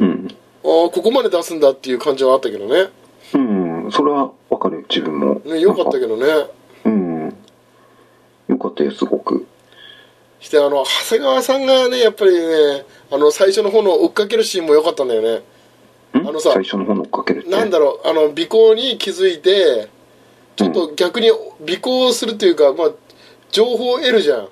[SPEAKER 1] うん
[SPEAKER 2] あーここまで出すんだっていう感じはあったけどね
[SPEAKER 1] うん、それはわかる自分も。
[SPEAKER 2] ねよかったけ
[SPEAKER 1] ど。
[SPEAKER 2] どね
[SPEAKER 1] うん。よかったよ、すごく。
[SPEAKER 2] してあの長谷川さんがねやっぱりねあの最初の方の追っかけるシーンも良かったんだよね
[SPEAKER 1] あ
[SPEAKER 2] のさ
[SPEAKER 1] 最初の方の追っかけるって。
[SPEAKER 2] なんだろうあの尾行に気づいてちょっと逆に尾行するというか、まあ、情報を得るじゃん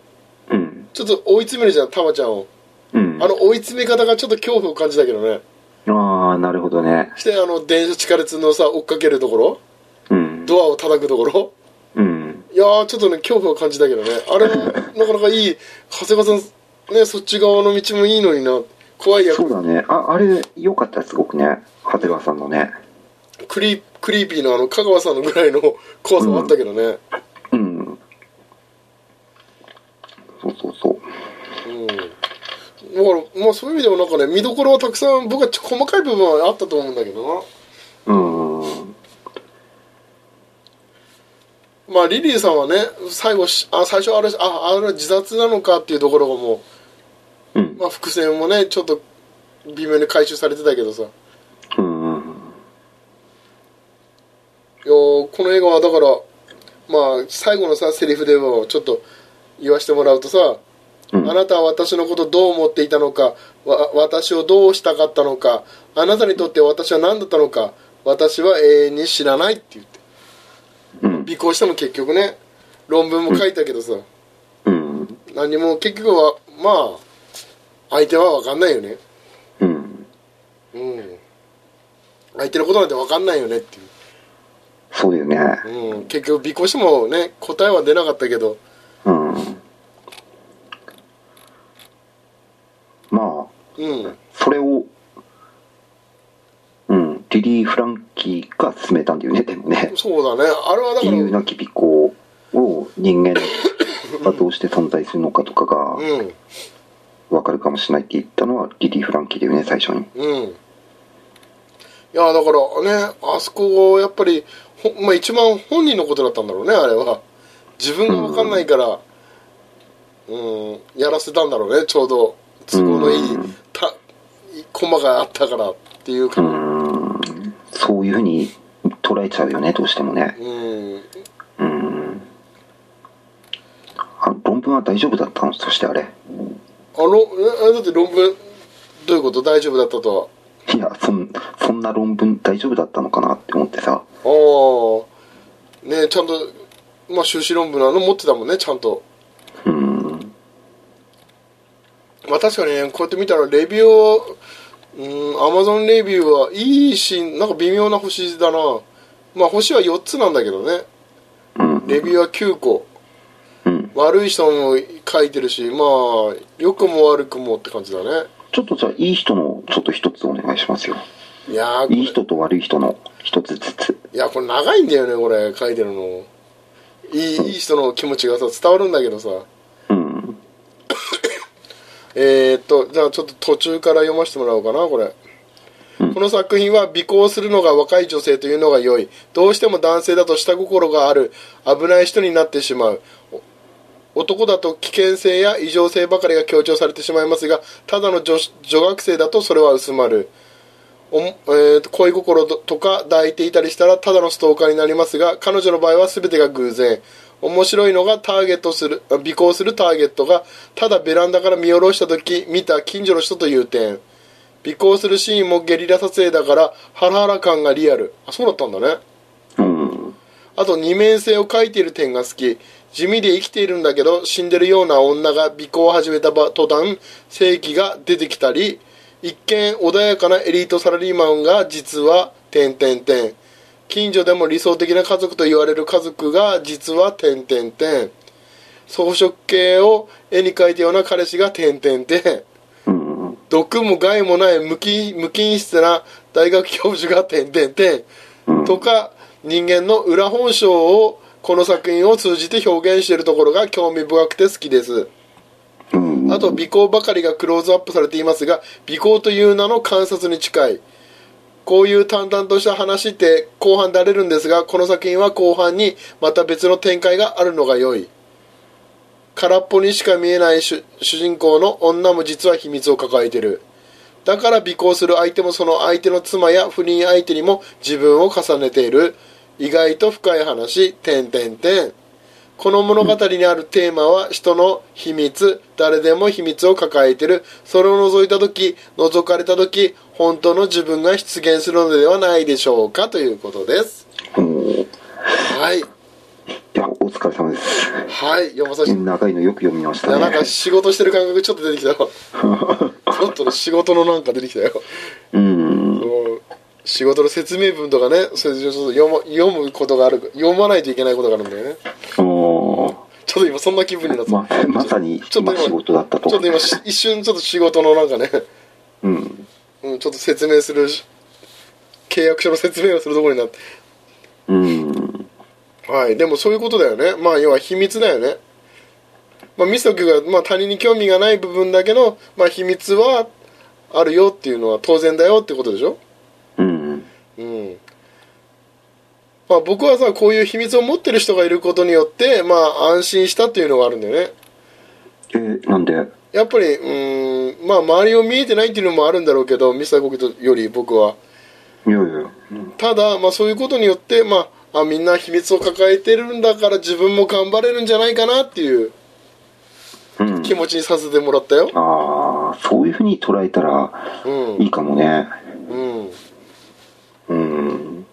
[SPEAKER 1] うん。
[SPEAKER 2] ちょっと追い詰めるじゃんタマちゃんを
[SPEAKER 1] うん。
[SPEAKER 2] あの追い詰め方がちょっと恐怖を感じたけどね
[SPEAKER 1] ああ、なるほどね。
[SPEAKER 2] してあの電車地下鉄のさ追っかけるところ
[SPEAKER 1] うん。
[SPEAKER 2] ドアを叩くところ
[SPEAKER 1] うん。
[SPEAKER 2] いやーちょっとね恐怖を感じたけどねあれもなかなかいい長谷川さんねそっち側の道もいいのにな怖い役
[SPEAKER 1] そうだね。あ、あれ、よかったよ、すごくね。長谷川さんのね。
[SPEAKER 2] クリクリーピーのあの香川さんのぐらいの怖さはあったけどね、
[SPEAKER 1] うん。そうそうそう。
[SPEAKER 2] うんだからまあそういう意味でもなんかね見どころはたくさん僕はちょ細かい部分はあったと思うんだけど
[SPEAKER 1] うーん。
[SPEAKER 2] なまあリリーさんはね最後しあ最初あれああれは自殺なのかっていうところがも
[SPEAKER 1] う
[SPEAKER 2] う、
[SPEAKER 1] ん。
[SPEAKER 2] まあ、伏線もねちょっと微妙に回収されてたけどさいや
[SPEAKER 1] うん。
[SPEAKER 2] ーこの映画はだからまあ最後のさセリフでもちょっと言わせてもらうとさ
[SPEAKER 1] うん
[SPEAKER 2] あなたは私のことをどう思っていたのかわ私をどうしたかったのかあなたにとって私は何だったのか私は永遠に知らないって言って
[SPEAKER 1] うん。
[SPEAKER 2] 尾行しても結局ね論文も書いたけどさ、
[SPEAKER 1] うん。
[SPEAKER 2] 何も結局はまあ相手は分かんないよね
[SPEAKER 1] うん。
[SPEAKER 2] うん相手のことなんて分かんないよねってい
[SPEAKER 1] そうだよね。
[SPEAKER 2] う、うん、結局尾行してもね答えは出なかったけど
[SPEAKER 1] うん。まあ。
[SPEAKER 2] うん
[SPEAKER 1] それを、うん、リリー・フランキーが進めたんだよね、でもね。
[SPEAKER 2] そうだねあれはだか
[SPEAKER 1] 理
[SPEAKER 2] ら
[SPEAKER 1] 由なき尾行を人間がどうして存在するのかとかが
[SPEAKER 2] うん
[SPEAKER 1] 分かるかもしれないって言ったのはリリー・フランキーだよね、最初に。
[SPEAKER 2] うん。いや、だからね、あそこをやっぱり、ほまあ、一番本人のことだったんだろうね、あれは。自分が分かんないから、うん、やらせたんだろうね、ちょうど。都合のいい、
[SPEAKER 1] うん
[SPEAKER 2] た、いコマがあったからっていう
[SPEAKER 1] う
[SPEAKER 2] か、
[SPEAKER 1] ーん、そういうふうに捉えちゃうよね、どうしてもね。
[SPEAKER 2] うん。
[SPEAKER 1] うん。あ論文は大丈夫だったのそしてあれ。
[SPEAKER 2] あの、ええだって論文、どういうこと大丈夫だったとは。
[SPEAKER 1] いや、そんそんな論文大丈夫だったのかなって思ってさ。
[SPEAKER 2] ああ、ねちゃんと、まあ、修士論文なの持ってたもんね、ちゃんと。
[SPEAKER 1] うん。
[SPEAKER 2] まあ確かにねこうやって見たらレビューをうんアマゾンレビューはいいしなんか微妙な星だなまあ星は4つなんだけどね
[SPEAKER 1] うん。
[SPEAKER 2] レビューは9個
[SPEAKER 1] うん。
[SPEAKER 2] 悪い人も書いてるしまあ良くも悪くもって感じだね
[SPEAKER 1] ちょっとじゃあ、いい人の、ちょっと一つお願いしますよ。
[SPEAKER 2] いやーこれ
[SPEAKER 1] いい人と悪い人の一つずつ。
[SPEAKER 2] いやこれ長いんだよねこれ書いてるのいいいい人の気持ちがさ伝わるんだけどさ
[SPEAKER 1] うん。
[SPEAKER 2] えー、っとじゃあちょっと途中から読ませてもらおうかなこれ、この作品は尾行するのが若い女性というのが良いどうしても男性だと下心がある危ない人になってしまうお男だと危険性や異常性ばかりが強調されてしまいますがただの女女学生だとそれは薄まるおも、えー恋心とか抱いていたりしたらただのストーカーになりますが彼女の場合は全てが偶然面白いのがターゲットするあ尾行するターゲットがただベランダから見下ろした時見た近所の人という点尾行するシーンもゲリラ撮影だからハラハラ感がリアルあそうだったんだね
[SPEAKER 1] うん。
[SPEAKER 2] あと二面性を書いている点が好き地味で生きているんだけど死んでるような女が尾行を始めた途端正義が出てきたり一見穏やかなエリートサラリーマンが実は点々点近所でも理想的な家族と言われる家族が実は点々点装飾系を絵に描いたような彼氏が点々点
[SPEAKER 1] う
[SPEAKER 2] 毒も害もない無機無菌質な大学教授が点々点とか人間の裏本性をこの作品を通じて表現しているところが興味深くて好きです
[SPEAKER 1] うん
[SPEAKER 2] あと尾行ばかりがクローズアップされていますが尾行という名の観察に近いこういう淡々とした話って後半で荒れるんですがこの作品は後半にまた別の展開があるのが良い空っぽにしか見えない主主人公の女も実は秘密を抱えてるだから尾行する相手もその相手の妻や不倫相手にも自分を重ねている意外と深い話点点点この物語にあるテーマは人の秘密誰でも秘密を抱えてるそれを覗いた時覗かれた時本当の自分が出現するのではないでしょうかということです
[SPEAKER 1] うんい
[SPEAKER 2] はい
[SPEAKER 1] やお疲れ様です
[SPEAKER 2] はい読まさせてい
[SPEAKER 1] 長いのよく読みました
[SPEAKER 2] や
[SPEAKER 1] ね
[SPEAKER 2] なんか仕事してる感覚ちょっと出てきたよちょっと仕事のなんか出てきたよ
[SPEAKER 1] うん
[SPEAKER 2] もう仕事の説明文とかねそれでちょっと読む読むことがある読まないといけないことがあるんだよね
[SPEAKER 1] おー
[SPEAKER 2] ちょっと今そんな気分になって
[SPEAKER 1] ままさに
[SPEAKER 2] ちょっと
[SPEAKER 1] 今仕事だったと
[SPEAKER 2] ちょっと今し一瞬ちょっと仕事のなんかね、
[SPEAKER 1] うん
[SPEAKER 2] うん、ちょっと説明するし契約書の説明をするところになって
[SPEAKER 1] うん
[SPEAKER 2] はいでもそういうことだよねまあ要は秘密だよねまあミスト君が、まあ、他人に興味がない部分だけど、まあ、秘密はあるよっていうのは当然だよってことでしょ
[SPEAKER 1] うん
[SPEAKER 2] うんまあ、僕はさこういう秘密を持ってる人がいることによって、まあ、安心したっていうのがあるんだよね
[SPEAKER 1] えーなんで
[SPEAKER 2] やっぱりうーん、まあ、周りを見えてないっていうのもあるんだろうけどミスターコキとより僕はい
[SPEAKER 1] やいやうん
[SPEAKER 2] ただ、まあ、そういうことによって、まあ、あみんな秘密を抱えてるんだから自分も頑張れるんじゃないかなっていう
[SPEAKER 1] うん
[SPEAKER 2] 気持ちにさせてもらったよ
[SPEAKER 1] ああそういうふうに捉えたら
[SPEAKER 2] うん
[SPEAKER 1] いいかもね
[SPEAKER 2] うん
[SPEAKER 1] うん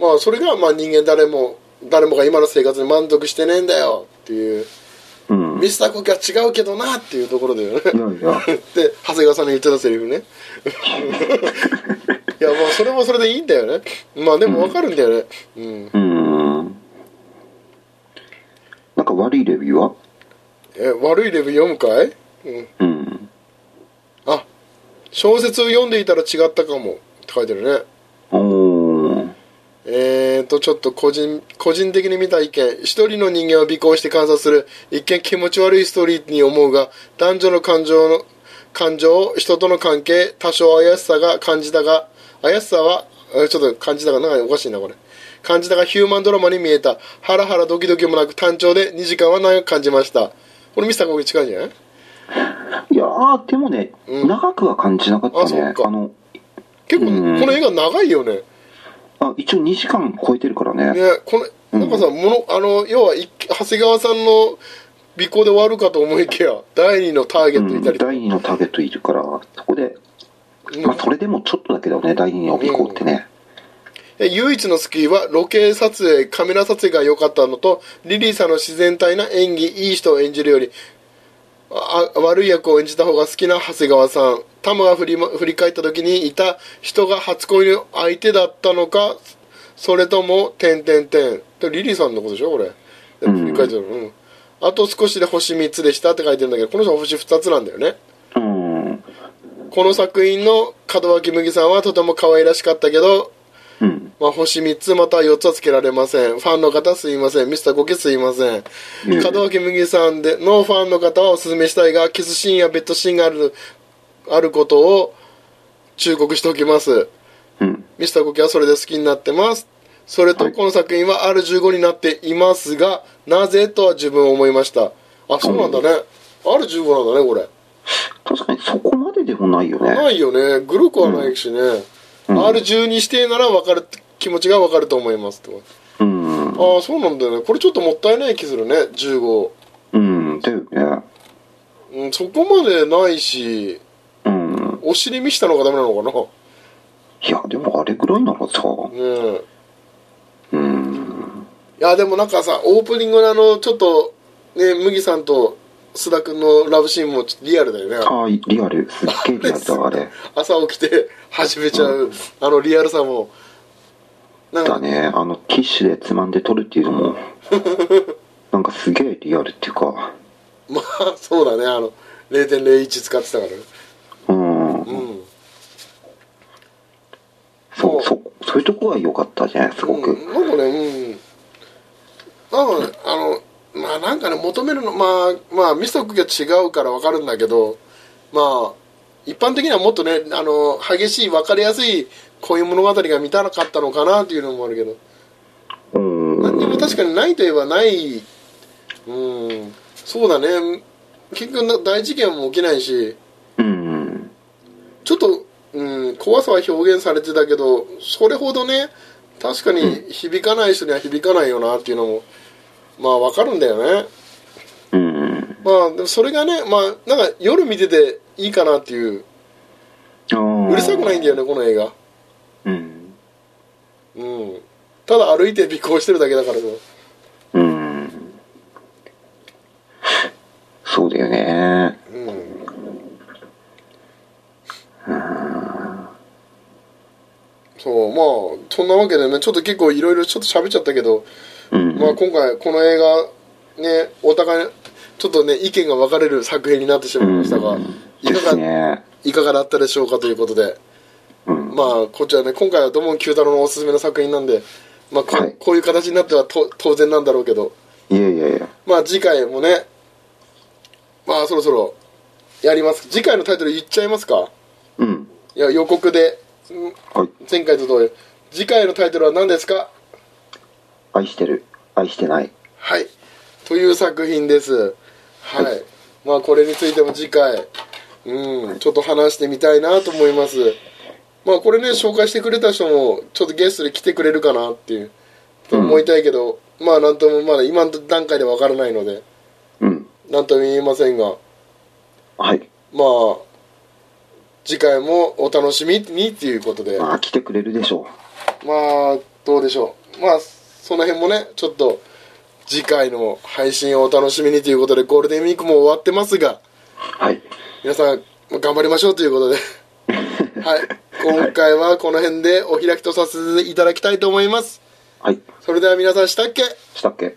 [SPEAKER 2] まあそれが、まあ、人間誰も誰もが今の生活に満足してねえんだよっていう
[SPEAKER 1] うん
[SPEAKER 2] ミスターコキは違うけどなっていうところだよね
[SPEAKER 1] いやいや
[SPEAKER 2] で長谷川さんに言ってたセリ フねいやまあそれもそれでいいんだよねまあでもわかるんだよねうん
[SPEAKER 1] うんなんか悪いレビューは
[SPEAKER 2] え悪いレビュー読むかい、うん、
[SPEAKER 1] うん
[SPEAKER 2] あ小説を読んでいたら違ったかもって書いてるね
[SPEAKER 1] おー
[SPEAKER 2] えーとちょっと個人個人的に見た意見一人の人間を尾行して観察する一見気持ち悪いストーリーに思うが男女の感情の感情人との関係多少怪しさが感じたが怪しさはえちょっと感じたがなんかおかしいなこれ感じたがヒューマンドラマに見えたハラハラドキドキもなく単調で2時間は長く感じましたこれミスターコー近いんじゃない
[SPEAKER 1] いやーでもね、
[SPEAKER 2] うん
[SPEAKER 1] 長くは感じなかった
[SPEAKER 2] あそ
[SPEAKER 1] ね
[SPEAKER 2] うか
[SPEAKER 1] の
[SPEAKER 2] 結構
[SPEAKER 1] うん
[SPEAKER 2] この映画長いよね
[SPEAKER 1] あ一応2時間超えてるからね
[SPEAKER 2] ねこのなんかさ、ものあの要は一長谷川さんの尾行で終わるかと思いきや第二のターゲ
[SPEAKER 1] う
[SPEAKER 2] ットい
[SPEAKER 1] ん、
[SPEAKER 2] たり、
[SPEAKER 1] 第2のターゲットいるからそこで、
[SPEAKER 2] うん
[SPEAKER 1] まあ、それでもちょっとだけどね第2の尾行ってね、
[SPEAKER 2] え唯一の救いはロケ撮影カメラ撮影が良かったのとリリーさんの自然体な演技いい人を演じるよりああ悪い役を演じた方が好きな長谷川さんタムが振りま振り返った時にいた人が初恋の相手だったのかそれとも「点点点」でリリーさんのことでしょこれで
[SPEAKER 1] うん
[SPEAKER 2] 振り返ってるうんあと少しで星3つでしたって書いてるんだけどこの人は星2つなんだよね
[SPEAKER 1] うん
[SPEAKER 2] この作品の門脇麦さんはとても可愛らしかったけど
[SPEAKER 1] うん
[SPEAKER 2] まあ、星3つまたは4つはつけられませんファンの方すいませんミスターコケすいません
[SPEAKER 1] うん
[SPEAKER 2] 門脇麦さんでのファンの方はおすすめしたいがキスシーンやベッドシーンがあるあることを忠告しておきます
[SPEAKER 1] うん
[SPEAKER 2] ミスターコケはそれで好きになってますそれ
[SPEAKER 1] は
[SPEAKER 2] と
[SPEAKER 1] い
[SPEAKER 2] この作品は R15 になっていますがなぜとは自分は思いましたあそうなんだね R15 なんだねこれ
[SPEAKER 1] 確かにそこまででもないよね
[SPEAKER 2] ないよねグロくはないしね、R12 指定なら分かる気持ちが分かると思いますと
[SPEAKER 1] うん
[SPEAKER 2] ああそうなんだよねこれちょっともったいない気するね15、
[SPEAKER 1] うんだよね
[SPEAKER 2] うん、そこまでないし
[SPEAKER 1] うん
[SPEAKER 2] お尻見したのがダメなのか
[SPEAKER 1] いやでもあれぐらいならさ
[SPEAKER 2] なねえ
[SPEAKER 1] うん
[SPEAKER 2] いやでもなんかさオープニングのあのちょっとね麦さんと須田君のラブシーンもちょっとリアルだよね
[SPEAKER 1] ああリアルすっげえリアルだわあれ
[SPEAKER 2] 朝起きて始めちゃうあのリアルさもなん
[SPEAKER 1] だ
[SPEAKER 2] か
[SPEAKER 1] ねあのティッシュでつまんで撮るっていうの もなんかすげえリアルっていうか
[SPEAKER 2] まあそうだねあの0.01使ってたからね
[SPEAKER 1] うんそういうとこが良かったじゃないすごく、
[SPEAKER 2] うん、なんかねうんなんかねあのまあなんかね求めるのまあまあ未則が違うから分かるんだけどまあ一般的にはもっとねあの激しい分かりやすい恋物語が見たかったのかなっていうのもあるけど
[SPEAKER 1] うん
[SPEAKER 2] 何にも確かにないといえばないうんそうだね結局な大事件も起きないし
[SPEAKER 1] うん
[SPEAKER 2] ちょっと、うん、怖さは表現されてたけどそれほどね確かに響かない人には響かないよなっていうのもまあわかるんだよね
[SPEAKER 1] うん
[SPEAKER 2] まあでもそれがねまあなんか夜見てていいかなっていうう
[SPEAKER 1] う
[SPEAKER 2] るさくないんだよねこの映画
[SPEAKER 1] うん
[SPEAKER 2] うんただ歩いて尾行してるだけだからさ
[SPEAKER 1] うんそうだよね
[SPEAKER 2] うんそうまあそんなわけでねちょっと結構いろいろちょっと喋っちゃったけど、
[SPEAKER 1] うん、
[SPEAKER 2] まあ今回この映画ねお互いちょっとね意見が分かれる作品になってしまいましたが、
[SPEAKER 1] うん
[SPEAKER 2] い
[SPEAKER 1] で
[SPEAKER 2] か
[SPEAKER 1] す
[SPEAKER 2] が
[SPEAKER 1] ね
[SPEAKER 2] いかがだったでしょうかということで、
[SPEAKER 1] うん
[SPEAKER 2] まあこちらね今回は土門九太郎のおすすめの作品なんで、まあこ
[SPEAKER 1] はい
[SPEAKER 2] こういう形になってはと当然なんだろうけど
[SPEAKER 1] いやいやいや
[SPEAKER 2] まあ次回もねまあそろそろやります次回のタイトル言っちゃいますか
[SPEAKER 1] うん
[SPEAKER 2] いや予告でうん
[SPEAKER 1] はい
[SPEAKER 2] 前回と同様次回のタイトルは何ですか
[SPEAKER 1] 愛してる愛してない
[SPEAKER 2] はいという作品ですはい、
[SPEAKER 1] は
[SPEAKER 2] まあこれについても次回うんちょっと話してみたいなと思いますまあこれね紹介してくれた人もちょっとゲストで来てくれるかなっていう
[SPEAKER 1] うん
[SPEAKER 2] 思いたいけど、まあなんともまだ今の段階でわからないので
[SPEAKER 1] うん
[SPEAKER 2] なんとも言えませんが
[SPEAKER 1] はい
[SPEAKER 2] まあ次回もお楽しみにっていうことで
[SPEAKER 1] まあ来てくれるでしょ
[SPEAKER 2] まあどうでしょうまあその辺もねちょっと次回の配信をお楽しみにということでゴールデンウィークも終わってますが
[SPEAKER 1] うはい
[SPEAKER 2] 皆さん頑張りましょうということではい今回はこの辺でお開きとさせていただきたいと思います
[SPEAKER 1] はい
[SPEAKER 2] それでは皆さんしたっけ
[SPEAKER 1] したっけ